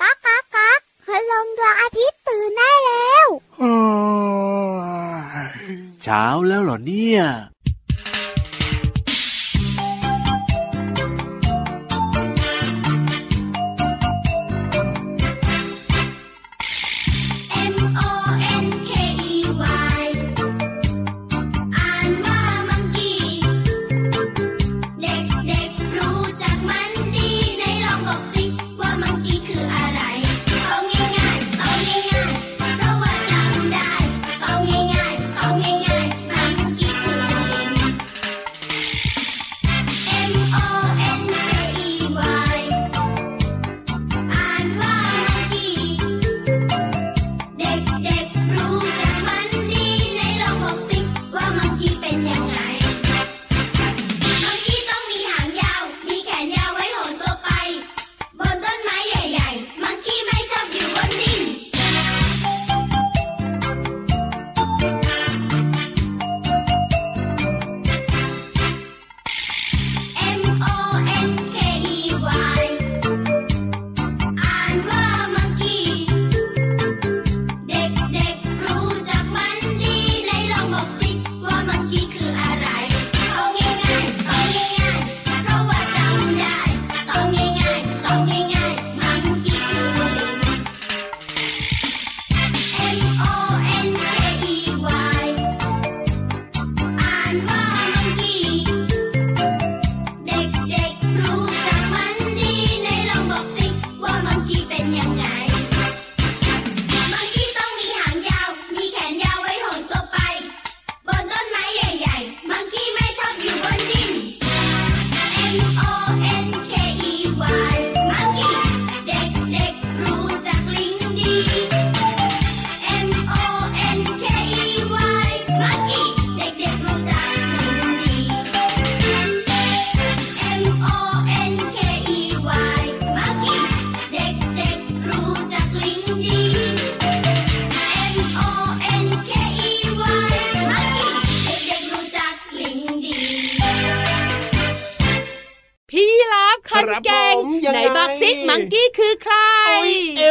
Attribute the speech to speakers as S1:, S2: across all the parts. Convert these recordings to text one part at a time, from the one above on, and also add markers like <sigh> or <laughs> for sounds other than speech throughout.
S1: ก๊ากก๊ากก๊ากพลงดวงอาทิตย์ตื่นได้แล้ว
S2: เช้าแล้วเหรอเนี่ย
S3: M O N K E Y อ่านว่ามังกี้ เด็กๆรู้จักมันดีไหนลองบอกสิว่ามังกี้คืออะไรเอาง่ายๆเอาง่ายๆเพราะว่าจำได้เอาง่ายๆเอาง่ายๆมังกี้คือลิง M O N K E Y อ่านว่ามังกี้ เด็กๆรู้จักมันดีไหนลองบอกสิว่ามังกี้เป็นยังไง มังกี้ต้องมีหางยาว มีแขนยาวไว้โหนตัวไป บนต้นไม้ใหญ่ๆ มังกี้ไม่ชอบอยู่บนดิน M O N K E Y อ่านว่ามังกี้ เด็กๆรู้จักมันดีไหนลองบอกสิว่ามังกี้คืออะไรเอาง่ายๆเอาง่ายๆเพราะว่าจำได้เอาง่ายๆเอาง่ายๆมังกี้คือลิง M O N K E Y อ่านว่ามังกี้ เด็กๆรู้จักมันดีไหนลองบอกสิว่ามังกี้เป็นยังไง มังกี้ต้องมีหางยาว มีแขนยาวไว้โหนตัวไป บนต้นไม้ใหญ่ๆ มังกี้ไม่ชอบอยู่บนดิน M O N K E Y มังกี้ เด็กๆรู้จักลิงดี M O N K E Y มังกี้ เด็กๆรู้จักลิงดี M O N K E Y มังกี้ เด็กๆรู้จักลิงดี M O N K E Y มังกี้ เด็กๆรู้จักลิงดี
S4: พี่รับคน
S5: ครับ
S4: เก่ง
S5: ผมยัง
S4: ไหนบอกสิ
S5: ไง
S4: มังกี้คือใคร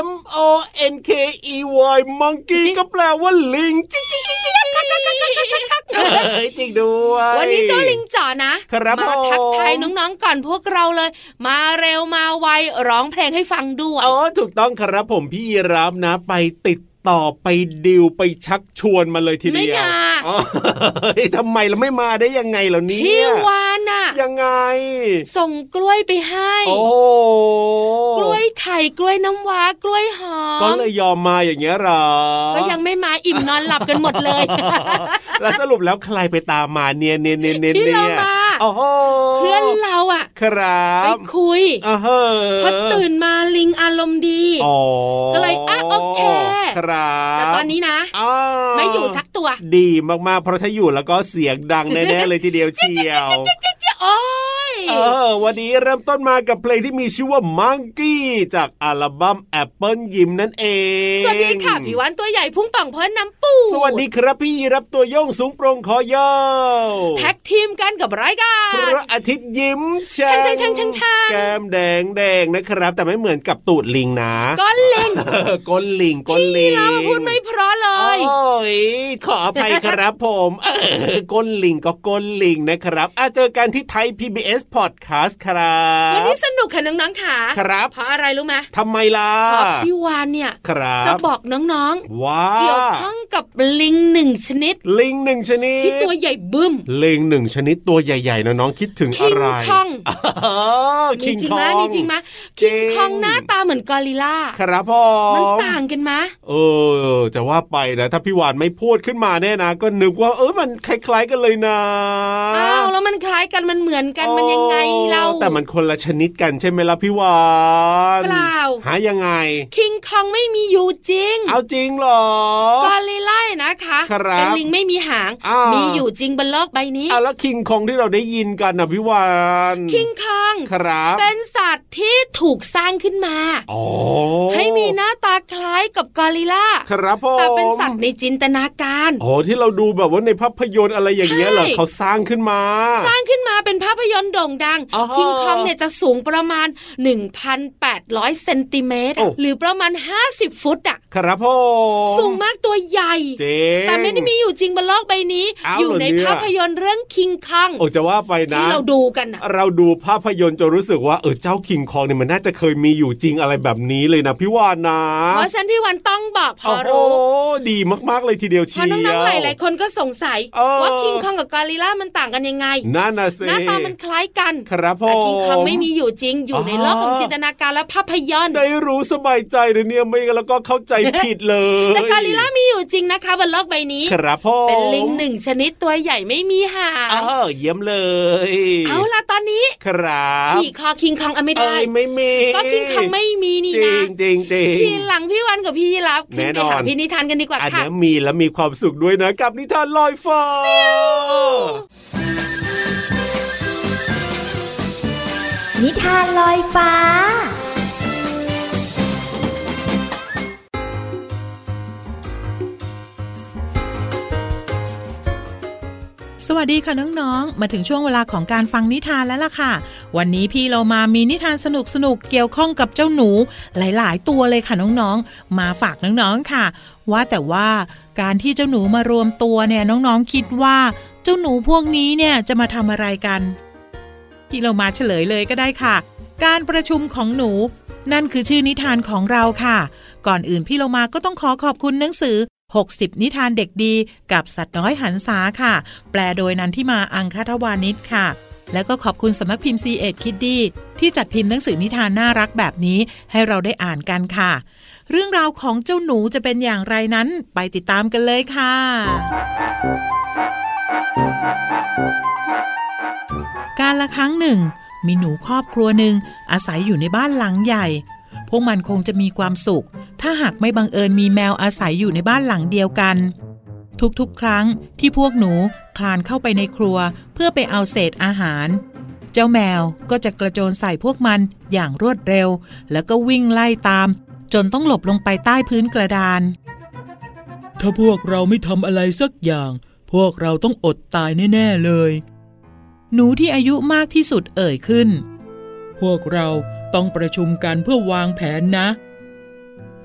S5: M O N K E Y monkey ก็แปลว่าลิงจิ๊กจิ๊กจิ๊กจิ๊กเอ้ยจริงด้วย
S4: <laughs> วันนี้เจ้าลิงจ๋อนะครับ มา
S5: ผม
S4: ทักทายน้องๆก่อนพวกเราเลย มาเร็วมาไวร้องเพลงให้ฟังด้วย
S5: อ๋อถูกต้องครับผมพี่ยีรับนะ ไปติดต่อไปดิวไปชักชวนมาเลยที
S4: ไม่
S5: เดียว
S4: มา
S5: อ๋อเฮ้ยทำไมเราไม่มาได้ยังไงเหล่านี้
S4: พี่วานน่ะ
S5: ยังไง
S4: ส่งกล้วยไปให้
S5: โอ้โห
S4: กล้วยไข่กล้วยน้ำว้ากล้วยหอ
S5: ก็
S4: ม
S5: เลยยอมมาอย่างเงี้ยเหรอ
S4: ก็ยังไม่มาอิ่มนอนหลับกันหมดเลย
S5: แล้วสรุปแล้วใครไปตามมาเนี่ยเนี่ยเนี่ยเนี่ย
S4: พี่
S5: เนี่
S4: เรา
S5: ย
S4: มา
S5: โอ้โห
S4: เพื่อนเราอะ
S5: ครั
S4: ไป
S5: บ
S4: คุย
S5: อ่าฮะ
S4: พอตื่นมาลิงอารมณ์ดี
S5: อ๋อ
S4: ก็เลยอ่ะโอเค
S5: ครับ
S4: แต่ตอนนี้นะ
S5: อ้าว
S4: ไม่อยู่สักตัว
S5: ดีมากๆ เพราะถ้าอยู่แล้วก็เสียงดังแน่ๆเลยทีเดียวเชียว
S4: โอ้ย
S5: เออ วันนี้เริ่มต้นมากับเพลงที่มีชื่อว่า Monkey จากอัลบั้ม Apple ยิมนั่นเอง
S4: สวัสดีค่ะผิววันตัวใหญ่พุ่งป่องพ้นน้ำปู
S5: สวัสดีครับพี่รับตัวโยงสูงโปรงคอยาว
S4: แท็กทีมกันกับรายการ
S5: พระอาทิตย์ยิ้มแฉ่
S4: แฉ่งแฉ่งแฉ่งแฉ่ง
S5: แก้มแดงแดงนะครับ แต่ไม่เหมือนกับตูดลิงนะ
S4: ก้อนเล็ง
S5: เออก้นลิงก้นลิง
S4: พี่เรามาพูดไม่เพราะเล
S5: โอ้
S4: ย
S5: ยขออภัยครับผมเออก้นลิงก็ก้นลิงนะครับอาเจอกันที่ไทย PBS Podcast ครับ
S4: วันนี้สนุกค่ะน้องๆค่ะ
S5: ครับ
S4: เพราะอะไรรู้ไหม
S5: ทำไมล่ะ
S4: เพราะพี่วานเนี่ย
S5: ครับ
S4: จะบอกน้อง
S5: ว้า
S4: ๆ เกี่ยวข้องกับลิงหนึ่งชนิด
S5: ลิงหนึ่งชนิด
S4: ที่ตัวใหญ่บึ้ม
S5: เลงหนึ่งชนิดตัวใหญ่ๆนะน้องคิดถึง
S4: คิ
S5: อะ
S4: ง
S5: ไร
S4: คอง
S5: เออ
S4: มี
S5: คิง
S4: จริง
S5: ค
S4: ไหม
S5: อง
S4: มีจริงไหม
S5: จริ
S4: คิ
S5: ง
S4: งคองหน้าตาเหมือนกอริลลา
S5: ครับผ
S4: มั
S5: ม
S4: ต่างกันไหม
S5: เออจะว่าไปนะถ้าพี่หวานไม่พูดขึ้นมาแน่นะ ก็นึกว่าเออมันคล้ายๆกันเลยนะ
S4: อ้าวแล้วมันคล้ายกันมันเหมือนกันมันยังไงเรา
S5: แต่มันคนละชนิดกันใช่ไหมล่ะพี่หวาน
S4: เปล่า
S5: หายังไง
S4: คิงคองไม่มีอยู่จริง
S5: เอาจริงเหรอ
S4: กอริลล่าเนี่ยนะคะ
S5: ครับ
S4: เป็นลิงไม่มีหาง
S5: อ่ามี
S4: มีอยู่จริงบนโลกใบนี้
S5: เอาแล้วคิงคองที่เราได้ยินกันนะพี่หวาน
S4: คิงคอง
S5: ครับ
S4: เป็นสา สัตว์ที่ถูกสร้างขึ้นมา
S5: อ๋อ
S4: ให้มีหน้าตาคล้ายกับกอริลลา
S5: ครับผม
S4: แต่เป็นสัตว์ในจินตนาการ
S5: อ๋อที่เราดูแบบว่าในภาพยนตร์อะไรอย่างเงี้ยเหรอ
S4: ใช่
S5: เขาสร้างขึ้นมา
S4: สร้างขึ้นมาเป็นภาพยนตร์โด่งดัง
S5: อ๋อ
S4: คิงคองเนี่ยจะสูงประมาณ 1,800เซนติเมตร
S5: โอ้
S4: อะหรือประมาณ 50 ฟุตอ่ะ
S5: ครับผม
S4: สูงมากตัวใหญ่
S5: เจ๊ง
S4: แต่ไม่ได้มีอยู่จริงบนโลกใบนี้
S5: อ้าว
S4: อยู่ใน
S5: เหรอเนี่ย
S4: ภาพยนตร์เรื่องคิงคอง
S5: โอ้จะว่าไปนะ
S4: ที่เราดูกันน่ะ
S5: เราดูภาพยนตร์จะรู้สึกว่าเออเจ้าคิงคองเนี่ยมันน่าจะเคยมีอยู่จริงอะไรแบบนี้เลยนะพี่วานนะ
S4: เพราะฉะนันพี่วันต้องบอกพอ
S5: โอ้โห
S4: รู้
S5: ดีมากๆเลยทีเดียว
S4: เพ
S5: เชีย
S4: ราะ
S5: ว
S4: น้องๆหลายๆคนก็สงสัย
S5: เออ
S4: ว่าคิงคองกับกอริลลามันต่างกันยังไง
S5: นั่นนะสิ
S4: หน้าตามันคล้ายกัน
S5: ครับผ
S4: แต่
S5: ม
S4: คิงคองไม่มีอยู่จริงอยู่ในโลกของ
S5: อ๋อ
S4: จินตนาการและภาพยนตร์
S5: ได้รู้สบายใจเลยเนี่ยไม่งั้นแล้วก็เข้าใจผิดเลย
S4: แต่กอริลลามีอยู่จริงนะคะบนโลกใบนี้
S5: ครับพ่อ
S4: เป็นลิงหนึ่งชนิดตัวใหญ่ไม่มีหาง
S5: เออเยี่ยมเลย
S4: เอาล่ะตอนนี้
S5: ครับ
S4: ขี่คอคิงคองเอาไม่ได้
S5: เอ้ยไม่มี
S4: ก็คิงคองไม่มีนี่
S5: จริ
S4: นะ
S5: งจริงจริง
S4: ขี่หลังพี่วันกับพี่ยีรับ
S5: แน่
S4: ขึ้นไป
S5: นอน
S4: หาพี่นิทานกันดีกว่า
S5: อัน
S4: ค่ะ
S5: เนี้ยมีและมีความสุขด้วยนะกับนิทานลอยฟ้า
S6: นิทานลอยฟ้า
S7: สวัสดีค่ะน้องๆ มาถึงช่วงเวลาของการฟังนิทานแล้วล่ะค่ะ วันนี้พี่เรามามีนิทานสนุกๆ เกี่ยวข้องกับเจ้าหนูหลายๆ ตัวเลยค่ะน้องๆ มาฝากน้องๆ ค่ะ ว่าแต่ว่าการที่เจ้าหนูมารวมตัวเนี่ยน้องๆ คิดว่าเจ้าหนูพวกนี้เนี่ยจะมาทำอะไรกัน พี่เรามาเฉลยเลยก็ได้ค่ะ การประชุมของหนู นั่นคือชื่อนิทานของเราค่ะ ก่อนอื่นพี่เรามาก็ต้องขอขอบคุณหนังสือ 60 นิทานเด็กดี กับสัตว์น้อยหันษาค่ะ แปลโดยนันทิมาอังคทวานิชค่ะ แล้วก็ขอบคุณสำนักพิมพ์ C ีเอ็ดคิดดีที่จัดพิมพ์หนังสือนิทานน่ารักแบบนี้ให้เราได้อ่านกันค่ะ เรื่องราวของเจ้าหนูจะเป็นอย่างไรนั้นไปติดตามกันเลยค่ะ การละครั้งหนึ่ง มีหนูครอบครัวหนึ่งอาศัยอยู่ในบ้านหลังใหญ่ พวกมันคงจะมีความสุข ถ้าหากไม่บังเอิญมีแมวอาศัยอยู่ในบ้านหลังเดียวกัน ทุกๆ ครั้งที่พวกหนูคลานเข้าไปในครัว เพื่อไปเอาเศษอาหาร เจ้าแมวก็จะกระโจนใส่พวกมันอย่างรวดเร็ว แล้วก็วิ่งไล่ตาม จนต้องหลบลงไปใต้พื้นกระดาน ถ้าพวกเราไม่ทำอะไรสักอย่าง พวกเราต้องอดตายแน่ๆเลย หนูที่อายุมากที่สุดเอ่ยขึ้น พวกเราต้องประชุมกันเพื่อวางแผนนะ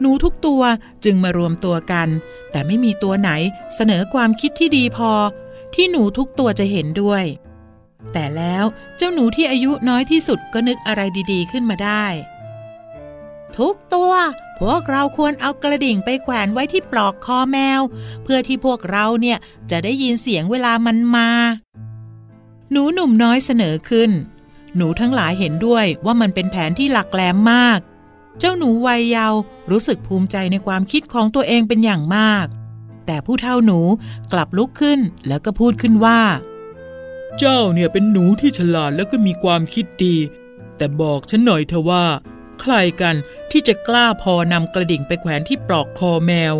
S7: หนูทุกตัวจึงมารวมตัวกัน แต่ไม่มีตัวไหนเสนอความคิดที่ดีพอ ที่หนูทุกตัวจะเห็นด้วย แต่แล้วเจ้าหนูที่อายุน้อยที่สุดก็นึกอะไรดีๆขึ้นมาได้ ทุกตัว พวกเราควรเอากระดิ่งไปแขวนไว้ที่ปลอกคอแมว เพื่อที่พวกเราเนี่ยจะได้ยินเสียงเวลามันมา หนูหนุ่มน้อยเสนอขึ้น หนูทั้งหลายเห็นด้วยว่ามันเป็นแผนที่หลักแหลมมาก เจ้าหนูวัยเยาว์รู้สึกภูมิใจในความคิดของตัวเองเป็นอย่างมาก แต่ผู้เฒ่าหนูกลับลุกขึ้นแล้วก็พูดขึ้นว่า เจ้าเนี่ยเป็นหนูที่ฉลาดแล้วก็มีความคิดดี แต่บอกฉันหน่อยเถอะว่า ใครกันที่จะกล้าพอนำกระดิ่งไปแขวนที่ปลอกคอแมว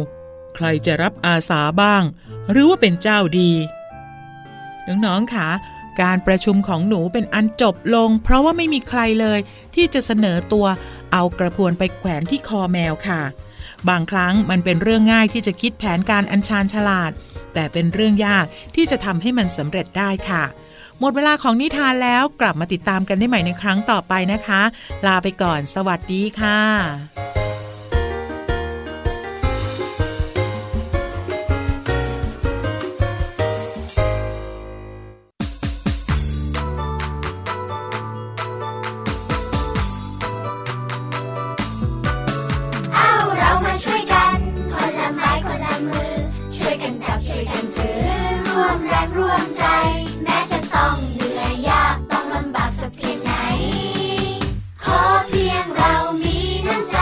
S7: ใครจะรับอาสาบ้าง หรือว่าเป็นเจ้าดี น้องๆค่ะ การประชุมของหนูเป็นอันจบลง เพราะว่าไม่มีใครเลย ที่จะเสนอตัวเอากระพวนไปแขวนที่คอแมวค่ะ บางครั้งมันเป็นเรื่องง่ายที่จะคิดแผนการอัญชานฉลาด แต่เป็นเรื่องยากที่จะทำให้มันสำเร็จได้ค่ะ หมดเวลาของนิทานแล้วกลับมาติดตามกันได้ใหม่ในครั้งต่อไปนะคะ ลาไปก่อน สวัสดีค่ะ
S8: เอาเรามาช่วยกัน คนละไม้คนละมือ ช่วยกันจับช่วยกันถือ ร่วมแรงร่วมใจ แม้จะต้องเหนื่อยยากต้องลำบากสักเพียงไหน ขอเพียงเรามีน้ำใจ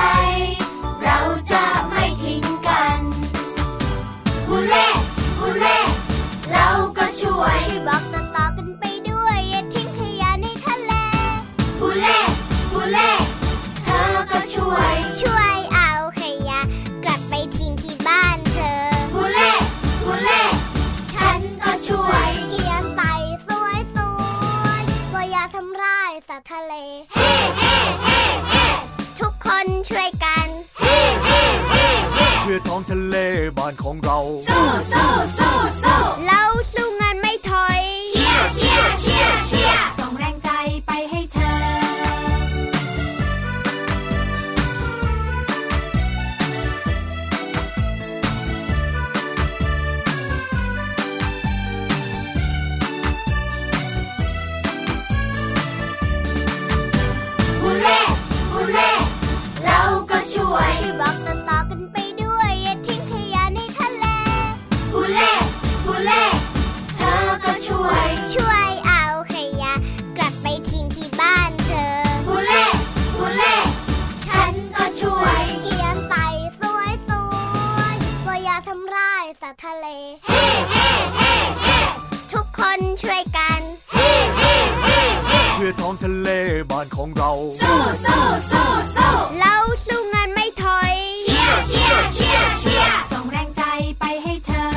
S2: นช่วยกัน
S1: เพื่อท้องทะเลบ้านของเรา
S8: สู้สู้สู้สู้
S2: เราสู้งานไม่ถอย
S8: เชียร์เชียร์เชียร์เชียร์
S9: ส่งแรงใจไปให้เธอ
S8: ฮูเล่ฮูเล่เราก็ช่วย
S2: ช่วยบอกต่อๆกันไปด้วย อย่าทิ้งขยะในทะเล
S8: ฮูเล่ฮูเล่เธอก็ช่วย
S2: ช่วยเอาขยะ กลับไปทิ้งที่บ้านเธอ
S8: ฮูเล่ฮูเล่ฉันก็ช่วย
S2: เขียนไปสวยๆว่าอย่าทำร้ายสัตว์ทะเล
S8: เฮ้เฮ้เฮ้เฮ้
S2: ทุกคนช่วยกัน
S8: เฮ้เฮ้เฮ้เฮ้
S1: เพื่อท้องทะเลบ้านของเรา
S8: สู้สู้สู้สู้
S2: เราสู้งานไม่ถอย
S8: เชียร์เชียร์เชียร์เชียร์
S9: ส่งแรงใจไปให้เธอ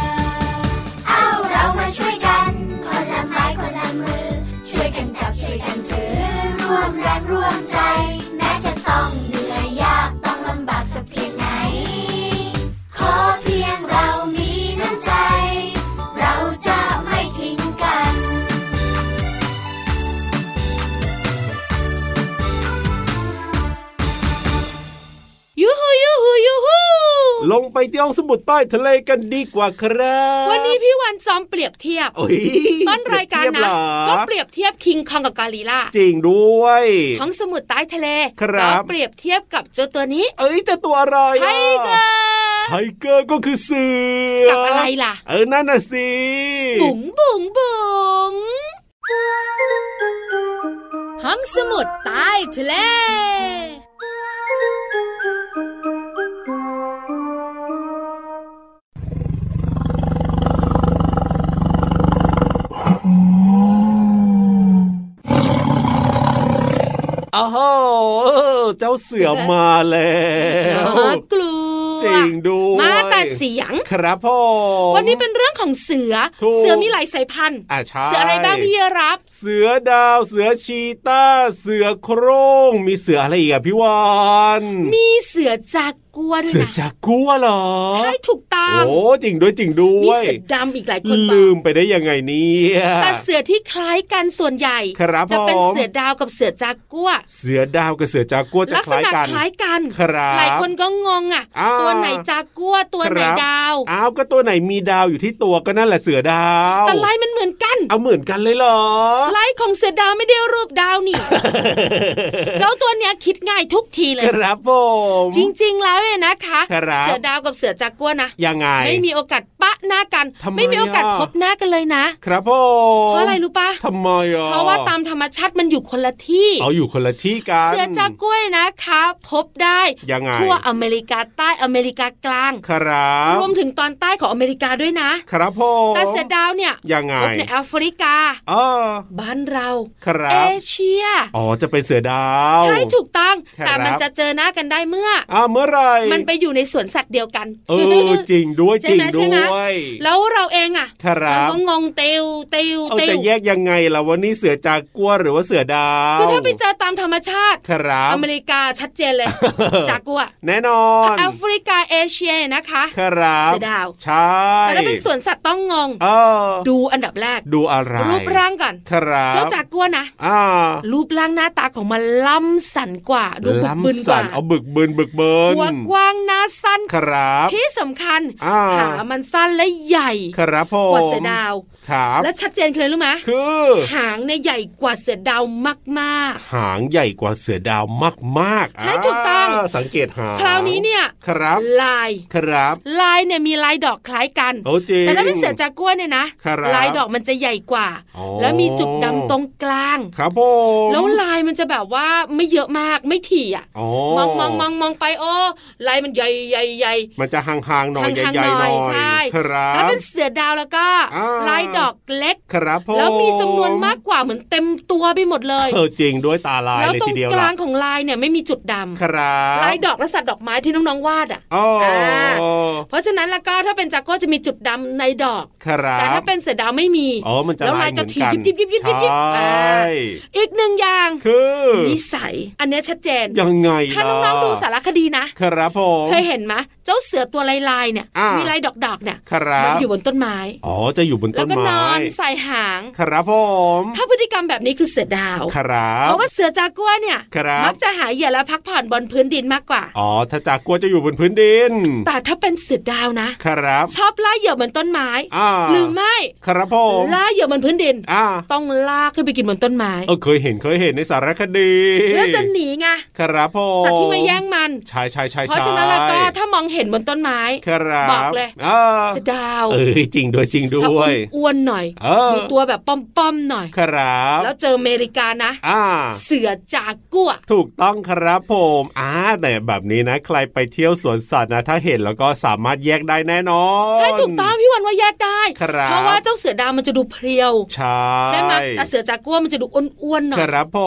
S8: เอาเรามาช่วยกัน คนละไม้คนละมือ ช่วยกันจับช่วยกันถือ ร่วมแรงร่วมใจ แม้จะต้องเหนื่อยยากต้องลำบากสักเพียงไหน ขอเพียงเรามีน้ำใจ เราจะไม่ทิ้งกัน
S4: ยูฮูยูฮูยูฮู
S5: ลงไปที่ห้องสมุดใต้ทะเลกันดีกว่าครับ
S4: วันนี้พี่วันจอมเปรียบเทียบ
S5: โอ้ย
S4: ต้นรายการ
S5: เปบเทีบ
S4: นะ
S5: เหร
S4: ก็
S5: อ
S4: เปรียบเทียบคิงคองกับกาลีลา
S5: จริงด้วย
S4: ท้องสมุทรใต้ทะเล
S5: ครับ
S4: ก็เปรียบเทียบกับเจ้าตัวนี้
S5: เอ้ยเจะตัวอะไร
S4: ไท
S5: อะ
S4: เกอร์
S5: ไทเกอร์ก็คือเสือ
S4: กับอะไรล่ะ
S5: เออนั่นน่ะสิ
S4: บุ๋งบุ๋งบุ๋งห้องสมุดใต้ทะเล
S5: อ้าวโหเจ้าเสือมาแล้ว
S4: น่ากลัว
S5: จริงด้วย
S4: มาแต่เสียง
S5: ครับพ่อ
S4: วันนี้เป็นเรื่องของเสือ
S5: ถูก
S4: เสือมีหลายสายพันธุ์
S5: อ่ะใช่
S4: เสืออะไรบ้างพี่รับ
S5: เสือดาวเสือชีตาเสือโครงมีเสืออะไรอีกอะพี่วาน
S4: มีเสือจากกัวด้ว
S5: เสื
S4: ย
S5: อ
S4: นะ
S5: จากกัวเหรอ
S4: ใช่ถูกต้อง
S5: โอ้จริงด้วยจริงด้
S4: มี
S5: วย
S4: เสือดำอีกหลายคนบอ
S5: ลืม
S4: ก
S5: ไปได้ยังไงเนี่ย
S4: แต่เสือที่คล้ายกันส่วนใหญ่
S5: ครับ
S4: จะเป็นเสือ
S5: ผม
S4: ดาวกับเสือจากกัว
S5: เสือดาวกับเสือจากกัวจะ
S4: ลัก
S5: ค
S4: ษ
S5: ล้าย
S4: ณะ
S5: กัน
S4: คล้ายกัน
S5: ครับ
S4: หลายคนก็งงอ่ะ
S5: อ่า
S4: ตัวไหนจากกัวตัวไห
S5: ค
S4: น
S5: รับ
S4: ดาว
S5: อ้าวก็ตัวไหนมีดาวอยู่ที่ตัวก็นั่นแหละเสือดาว
S4: แต่ลายมันเหมือนกัน
S5: เอาเหมือนกันเลยเหรอ
S4: ลายของเสือดาวไม่ได้รูปดาว
S5: <laughs>
S4: นี่ เจ้าตัวเนี้ยคิดง่ายทุกทีเลย
S5: ครับผม
S4: จริงๆ แล้วเนี่ยนะคะ
S5: ครับ
S4: เสือดาวกับเสือจากกัวนะ
S5: ยังไง
S4: ไม่มีโอกาสปะหน้ากัน
S5: ทำไม
S4: ไม่มีโอกาส
S5: อ่ะ
S4: พบหน้ากันเลยนะ
S5: ครับผม
S4: เพราะอะไรรู้ปะ
S5: ทำไมอ่ะ
S4: เพราะว่าตามธรรมชาติมันอยู่คนละที่
S5: เอาอยู่คนละที่กัน
S4: เสือจากกล้วยนะคะ พบได้
S5: ยังไง
S4: ทั่วอเมริกาใต้อเมริกากลาง
S5: ครับ
S4: รวมถึงตอนใต้ของอเมริกาด้วยนะ
S5: ครับผม
S4: แต่เสือดาวเนี่ย
S5: ยังไง
S4: พบในแอฟริกา
S5: อ๋อ
S4: บ้านเรา
S5: ครับ
S4: เอเชีย
S5: อ๋อจะเป็นเสือดาว
S4: ใช่ถูกต้อง
S5: ครับ
S4: แต่มันจะเจอหน้ากันได้เมื่อ
S5: อ่าเมื่อไหร
S4: มันไปอยู่ในสวนสัตว์เดียวกัน
S5: เออจริงด้วย
S4: ใช่
S5: จริง
S4: ไหมใช่
S5: ด้
S4: ไห
S5: ว
S4: ม
S5: ย
S4: แล้วเราเองอ่ะ
S5: ครับ
S4: เราก็งงเตียวเตียว
S5: เอา
S4: เตีย
S5: จะ
S4: ว
S5: แยกยังไงล่ะวันนี้เสือจากกัวหรือว่าเสือดาว
S4: คือถ้าไปเจอตามธรรมชาติ
S5: ครับ
S4: อเมริกาชัดเจ
S5: <laughs>
S4: นเลย จากกัว
S5: แน่นอน
S4: แอฟริกาเอเชียนะคะ
S5: ครับ
S4: เสือดาว
S5: ใช่
S4: แต่ถ้าเป็นสวนสัตว์ต้องงง
S5: เออ
S4: ดูอันดับแรก
S5: ดูอะไร
S4: รูปร่างก่อน
S5: ครับ
S4: เจ้าจากกัวนะ
S5: อ่า
S4: รูปร่างหน้าตาของมันล่ำสันกว่า ดูบึกบึน
S5: ล้ำ
S4: ก
S5: สั
S4: ว่าน
S5: เอาบึกบึนบึกเบิน
S4: หัวกว้างหน้าสั้น
S5: ครับ
S4: ที่สำคัญ
S5: อ่า
S4: ขามันสั้นและใหญ่
S5: ครับผ
S4: ก
S5: ม
S4: ว่าเสือดาว
S5: ครับ
S4: และชัดเจนคืออะไรรู้ไหม
S5: คือ
S4: หางเนี่ยใหญ่กว่าเสือดาวมาก
S5: หางใหญ่กว่าเสือดาวมากๆ
S4: ใช่ถูกต้อง
S5: าสังเกตหาง
S4: ๆ คราวนี้เนี่ย
S5: ครับ
S4: ลาย
S5: ครับ
S4: ลายเนี่ยมีลายดอกคล้ายกัน
S5: โอ้จริง
S4: แต่ถ้าเป็นเสือจากัวเนี่ยนะครับ ลายดอกมันจะใหญ่กว่า
S5: อ๋อ
S4: แล้วมีจุดดำตรงกลาง
S5: ครับผม
S4: แล้วลายมันจะแบบว่าไม่เยอะมากไม่ถี่อ่ะ
S5: อ๋อ
S4: มองมองมองมองไปโอ้ ลายมันใหญ่ใหญ่ใหญ่
S5: มันจะห่างๆหน่อย
S4: ห่างๆ
S5: ใหญ่ๆหน่อ
S4: หน่อยใช่
S5: ยครับ
S4: แล้วเป็นเสือดาวแล้วก็
S5: อ่า
S4: ลายดอกเล็ก
S5: ครับผม
S4: แล้วมีจำนวนมากกว่าเหมือนเต็มตัวไปหมดเลย
S5: เออจริงด้วยตาลาย
S4: แล้ว
S5: เลย
S4: ตร
S5: ที
S4: ง
S5: เดียว
S4: ก
S5: ล่ะ
S4: ลางของลายเนี่ยไม่มีจุดด
S5: ครั
S4: ำ
S5: บ
S4: ลายดอกและสัตว์ดอกไม้ที่น้องๆวาดอ่ะ
S5: โอ้
S4: อ่า เพราะฉะนั้นแล้วก็ถ้าเป็นจากโก้จะมีจุดดำในดอก
S5: ครับ
S4: แต่ถ้าเป็นเสือดาวไม่มี
S5: อ๋อมันจะ
S4: แล้ว
S5: ลา
S4: ลาย ย
S5: เหมื
S4: จะ
S5: อน
S4: ที
S5: กัน
S4: ยิบยิบยิบยิบยิบยิบ
S5: ใช
S4: อ่า
S5: ่
S4: อีกหนึ่งอย่าง
S5: คือ
S4: นิสัย อันเนี้ยชัดเจน
S5: ยังไง
S4: ถ้าน้องๆดูสารคดีนะครับ
S5: ผม
S4: เคยเห็นไหมยเจ้าเสือตัวลายลายๆเนี่ย
S5: อ่ามี
S4: มีลายดอกๆเนี่ย
S5: ครั
S4: มัน
S5: บ
S4: อยู่บนต้นไม้
S5: อ๋อจะอยู่บน
S4: แล้
S5: ต้
S4: วน ก็
S5: ไม้
S4: นอนใส่หาง
S5: ครับผม
S4: ถ้าพฤติกรรมแบบนี้คือเสือดาว
S5: ครับ
S4: เพราะว่าเสือจากัวเนี่ย
S5: ครับ
S4: มักจะหาเหยื่อและพักผ่อนบนพื้นดินมากกว่า
S5: อ๋อถ้าจากกลัวจะอยู่บนพื้นดิน
S4: แต่ถ้าเป็นเสือดาวนะ
S5: ครับ
S4: ชอบล่าเหยื่อบนต้นไม้
S5: อ่า
S4: หรือไม่
S5: ครับผม
S4: ล่าเหยื่อบนพื้นดิน
S5: อ่า
S4: ต้องลากขึ้นไปกินบนต้นไม้
S5: เออเคยเห็นเคยเห็นในสารคดี
S4: แล้วจะหนีไง
S5: ครับผม
S4: สัตว์ที่มาแย่งมัน
S5: ใช่ใช่ใช่
S4: เพราะฉะนั้นแล้วก็ถ้ามองเห็นบนต้นไม้
S5: ครับ
S4: บอกเลย
S5: อ่า
S4: เสือดาว
S5: เออจริงด้วยจริงด้
S4: ถ้า
S5: วย
S4: อ้วนๆหน่อย
S5: เออ
S4: มีตัวแบบป้อมๆหน่อย
S5: ครับ
S4: แล้วเจออเมริกานะ
S5: อ่า
S4: เสือจากัว
S5: ถูกต้องครับผมอ่าแต่แบบนี้นะ ใครไปเที่ยวสวนสัตว์นะ ถ้าเห็นแล้วก็สามารถแยกได้แน่นอน
S4: ใช่ถูกต้องพี่วันว่าแยกได้
S5: ครับ
S4: เพราะว่าเจ้าเสือดาวมันจะดูเพรียว
S5: ใช่
S4: ใช่ไหมแต่เสือจากัวมันจะดูอ้วนๆหน่อ
S5: ค
S4: ย
S5: รับผ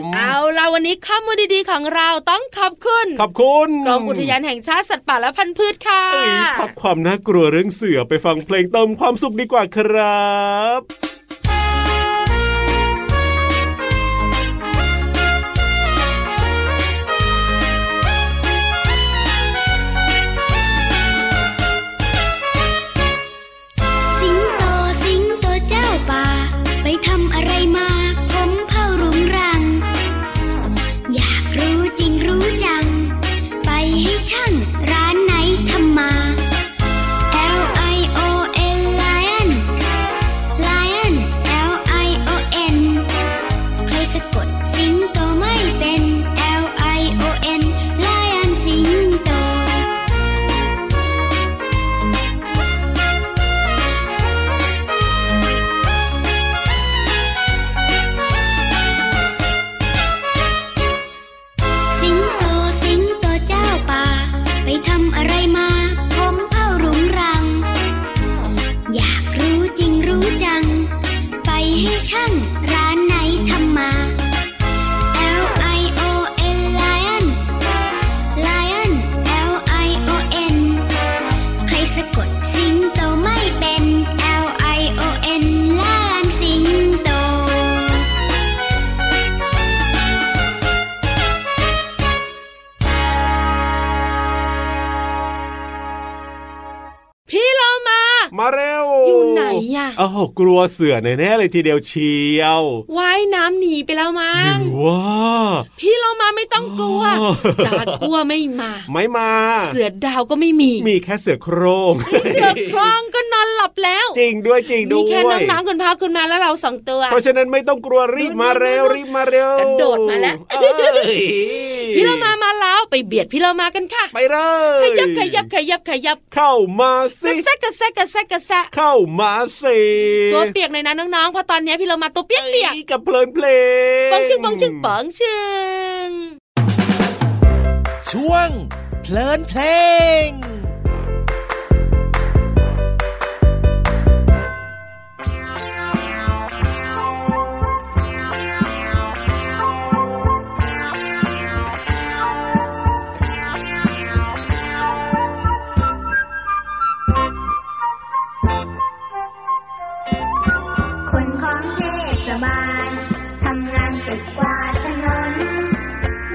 S5: ม
S4: เอาล่ะวันนี้ข้ามูลดีๆของเราต้องขอบคุณ
S5: ขอบคุณ
S4: กรมอุทยานแห่งชาติสัตว์ป่าและพันธุ์พืชค่ะ
S5: เอ้ยพักความน่ากลัวเรื่องเสือไปฟังเพลงเติมความสุขดีกว่าครับ
S10: สิงโตสิงโตเจ้าป่า ไปทำอะไรมา ผมเผารุงรัง อยากรู้จริงรู้จัง ไปให้ช่างร้านไหนทำมา L I O N Lion Lion L I O N ใครสะกดสิงโตไม่เป็น L I O N Lion สิงโต สิงโตสิงโตเจ้าป่า ไปทำอะไรมา ผมเผารุงรัง อยากรู้จริงรู้จัง ไปให้ช่างร้านไหนทำมา L I O N Lion Lion L I O N ใครสะกดสิงโตไม่เป็น L I O N Lion สิงโต
S4: พี่เรามา
S5: มาเร็ว
S4: อยู่ไหนอะ
S5: โอ้โหกลัวเสือแน่ๆเลยทีเดียวเชียว
S4: ว่ายน้ำหนีไปแล้วมั้
S5: ห
S4: ง
S5: รือว่า
S4: พี่เรามาไม่ต้องกลัว
S5: อ๋อ
S4: จากัวไม่มา
S5: ไม่มา
S4: เสือดาวก็ไม่มี
S5: มีแค่เสือโครง
S4: <laughs> เสือคลองก็นอนหลับแล้ว
S5: จริงด้วยจริง
S4: มี
S5: ด้วย
S4: แค่น้องๆคุณพ่อคุณแม่แล้วเราสองตัว
S5: เพราะฉะนั้นไม่ต้องกลัวรีบมาเร็วรีบมาเร็ว
S4: กระโดดมาแล้ว
S5: เอ้ย
S4: พี่เรามามาแล้วไปเบียดพี่เรามากันค่ะ
S5: ไปเลย
S4: ขยับขยับขยับขยับ
S5: เข้ามาสิ
S4: กระแซะกระแซะกระแซะกระแซะ
S5: เข้ามาสิ
S4: ตัวเปียกเลยนะน้องๆเพราะตอนนี้พี่เรามาตัวเปียกเปียก
S5: อ้กับเพลินเพลง
S4: ปองชึงปองชึงปองชึง
S11: ช่วง เพลินเพลง
S9: คนของเทศบาลทำงานตึกกวาดถนน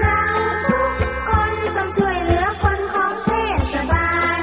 S9: เราทุกคนต้องช่วยเหลือคนของเทศบาล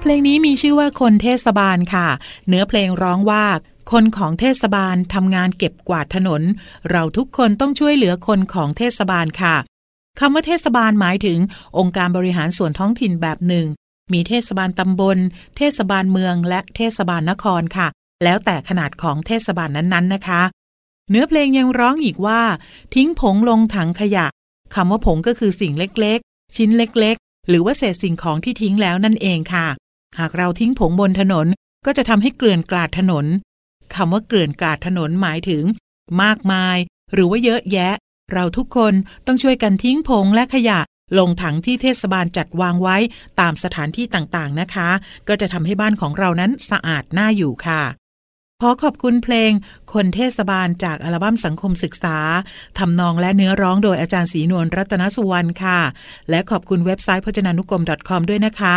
S7: เพลงนี้มีชื่อว่าคนเทศบาลค่ะ เนื้อเพลงร้องว่า คนของเทศบาลทำงานเก็บกวาดถนน เราทุกคนต้องช่วยเหลือคนของเทศบาลค่ะคำว่าเทศบาลหมายถึงองค์การบริหารส่วนท้องถิ่นแบบหนึ่ง มีเทศบาลตำบล เทศบาลเมือง และเทศบาลนครค่ะ แล้วแต่ขนาดของเทศบาลนั้นๆนะคะ เนื้อเพลงยังร้องอีกว่า ทิ้งผงลงถังขยะคำว่าผงก็คือสิ่งเล็กๆ ชิ้นเล็กๆ หรือว่าเศษสิ่งของที่ทิ้งแล้วนั่นเองค่ะ หากเราทิ้งผงบนถนนก็จะทำให้เกลื่อนกลาดถนนคำว่าเกลื่อนกลาดถนนหมายถึง มากมาย หรือว่าเยอะแยะ เราทุกคนต้องช่วยกันทิ้งผงและขยะ ลงถังที่เทศบาลจัดวางไว้ตามสถานที่ต่างๆนะคะ ก็จะทำให้บ้านของเรานั้นสะอาดน่าอยู่ค่ะ ขอขอบคุณเพลง คนเทศบาลจากอัลบั้มสังคมศึกษา ทำนองและเนื้อร้องโดยอาจารย์ศรีนวลรัตนสุวรรณค่ะ และขอบคุณเว็บไซต์พจนานุกรม .com ด้วยนะคะ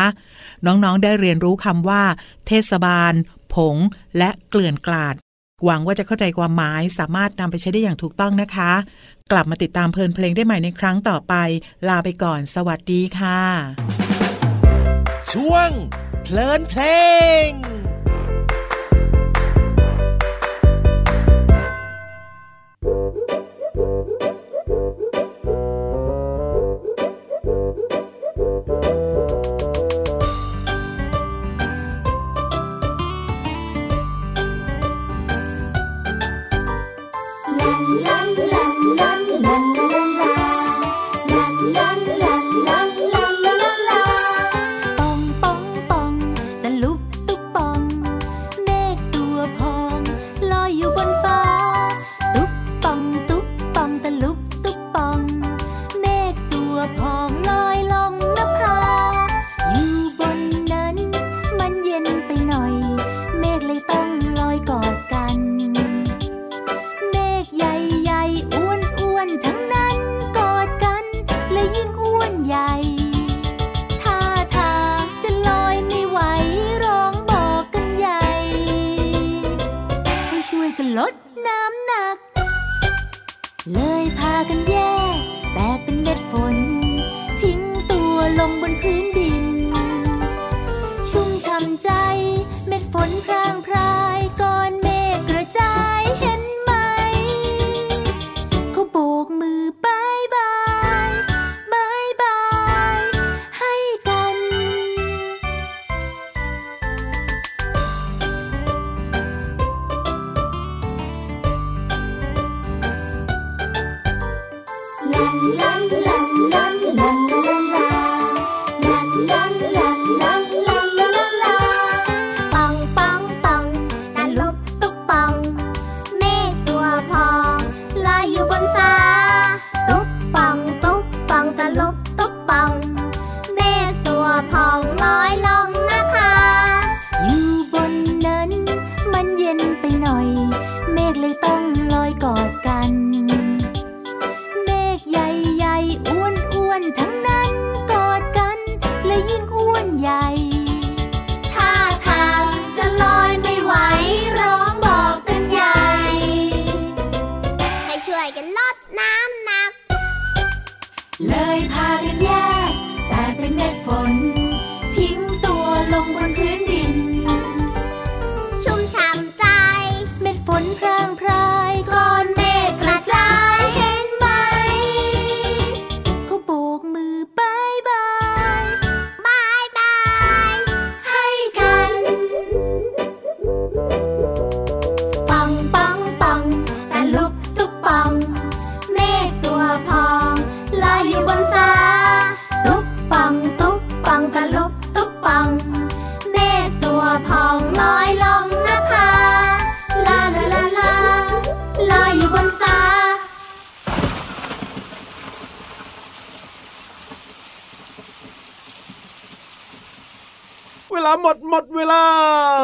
S7: น้องๆได้เรียนรู้คำว่า เทศบาล ผง และเกลื่อนกลาด หวังว่าจะเข้าใจความหมายสามารถนำไปใช้ได้อย่างถูกต้องนะคะ กลับมาติดตามเพลินเพลงได้ใหม่ในครั้งต่อไป ลาไปก่อน สวัสดีค่ะ
S12: ช่วง เพลินเพลง
S13: ปองปองปองตะลุบตุบปอง เมฆตัวพองลอยอยู่บนฟ้า ตุบปองตุบปองตะลุบตุบปอง เมฆตัวพองลอยลงนภา อยู่บนนั้น มันเย็นไปหน่อย เมฆเลยต้องลอยกอดกัน เมฆใหญ่ๆอ้วนอ้วนๆทั้งนั้นกอดกัน และยิ่งอ้วนใหญ่ ท่าทางจะลอยไม่ไหวร้องบอกกันใหญ่ ให้ช่วยกันลดน้ำหนัก เลยพากันแยกแตกเป็นเม็ดฝน ทิ้งตัวลงบนพื้นดิน ชุ่มช่ำใจเม็ดฝนพรางพรายก้อนเมฆกระจายเห็นไหม เขาโบกมือบายบายบายบาย ให้กัน
S8: ปองปองปองตะลุบตุกปอง เมฆตัวพองลอยอยู่บนฟ้า ตุกปองตุกปองตะลุบตุกปอง เมฆตัวพองลอยลงนภา
S13: อยู่บนนั้น มันเย็นไปหน่อย เมฆเลยต้องลอยกอดกัน เมฆใหญ่ๆอ้วนอ้วนๆทั้งนั้นกอดกัน และยิ่งอ้วนใหญ่
S8: ท่าทางจะลอยไม่ไหวร้องบอกกันใหญ่ ให้ช่วยกันลดน้ำหนัก
S13: เลยพากันแยกแต่เป็นเม็ดฝน ทิ้งตัวลงบนพื้นดิน
S8: ชุ่มฉ่ำใจ
S13: เม็ดฝนพรางพราย
S8: ก้อนเมฆกระจายเห็นไหม
S13: เขาโบกมือบายบาย
S8: บายบาย ให้กันปองปองปองตะลุบตุกปอง เมฆตัวพองลอยอยู่บนฟ้า ตุกปองตุกปองตะลุบตุกปอง เมฆตัวพองลอยลงนภาลาลาลาลาลอยอยู่บนฟ้า
S5: เวลาหมดหมดเวลา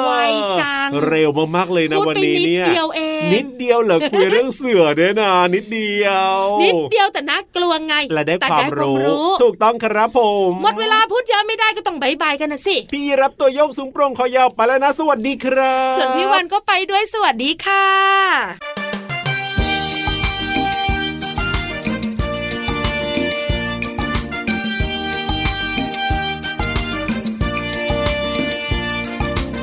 S4: ไวจัง
S5: เร็วมากๆเลยนะ
S4: พูดไป
S5: วันนี้เนี่ย
S4: นิดเดียวเอง
S5: นิดเดียวเหรอ คุยเรื่องเสือเนี่ยนะนิดเดียว
S4: นิดเดียวแต่น่ากลัวไง
S5: และได้
S4: แต่
S5: ความรู้ถูกต้องครับผม
S4: หมดเวลาพูดเยอะไม่ได้ก็ต้องบายบายกันนะสิ
S5: พี่รับตัวโยกสูงโปร่งคอยาวไปแล้วนะ สวัสดีครับ
S4: ส่วนพี่วันก็ไปด้วยสวัสดีค่ะ
S8: เ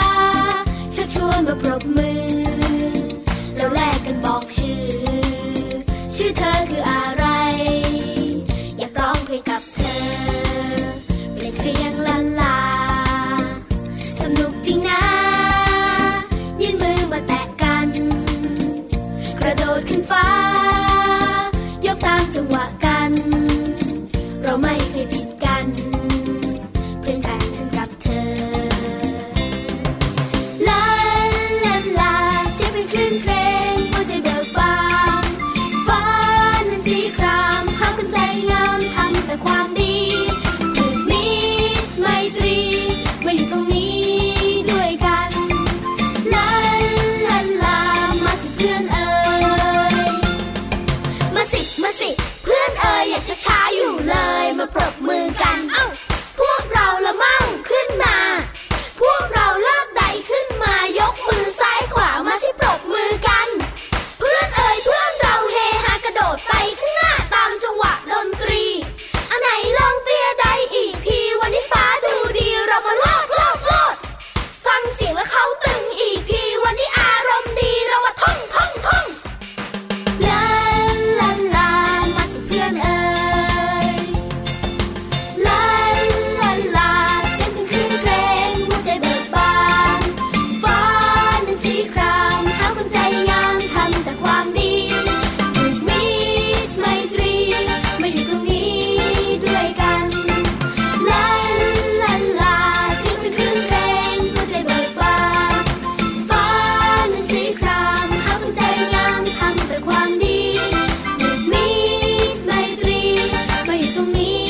S8: ปรบมือ แล้วแลกกันบอกชื่อ ชื่อเธอคืออะไร อยากร้องเพลงกับเธอ เป็นเสียงละลา สนุกจริงนะ ยื่นมือมาแตะกัน กระโดดขึ้นฟ้า ยกตามจังหวะกัน เราไม่เคยผิดกัน เพื่อนกันฉันกับเธอ ลาลาลาเสียงเป็นคลื่นเพลงหัวใจเบิกบานฟ้านั้นสีครามภาพกันใจงามทำแต่ความดีผูกมิตรไมตรีมาอยู่ตรงนี้ด้วยกัน ลาลาลามาสิเพื่อนเอ่ย มาสิ มาสิ เพื่อนเอ่ยอย่าช้าช้าๆอยู่เลย มาปรบมือกัน เอ้า พวกเราละเมั่งขึ้นมา พวกเราเลิกใดขึ้นมายกมือซ้ายขวามาสิปรบมือกัน เพื่อนเอ่ยเพื่อนเราเฮฮากระโดดไปข้างหน้าตามจังหวะดนตรี อันไหนลองเตียใดอีกทีวันนี้ฟ้าดูดีเรามาโลดโลดโลด ฟังเสียงแล้วเขาตึงอีกทีวันนี้อารมณ์ดีเราว่าท่องท่องท่อง ลาลาลา มาสิเพื่อนเอ่ย ลาลาลา เสียงเป็นคลื่นเพลงหัวใจเบิกบาน ฟ้านั้นสีครามหาคนใจงามทำแต่ความดีผูกมิตรไมตรีมาอยู่ตรงนี้ด้วยกัน ลาลาลา เสียงเป็นคลื่นเพลงหัวใจเบิกบาน ฟ้านั้นสีครามหาคนใจงามทำแต่ความดีผูกมิตรไมตรีมาอยู่ตรงนี้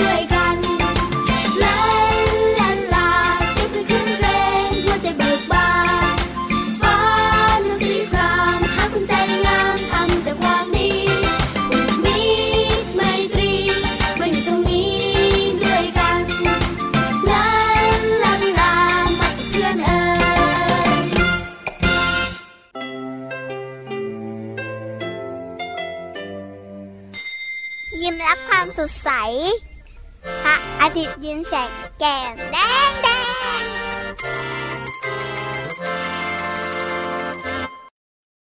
S8: ด้วยกัน ลาลาลาเสียงเป็นคลื่นเพลงหัวใจเบิกบาน ฟ้านั้นสีครามหาคนใจงามทำแต่ความดีผูกมิตรไมตรีมาอยู่ตรงนี้ด้วยกัน ลาลาลา มาสิเพื่อนเอ่ย
S2: ยิ้มรับความสดใส พระอาทิตย์ยิ้มแฉกแก้มแดงแดง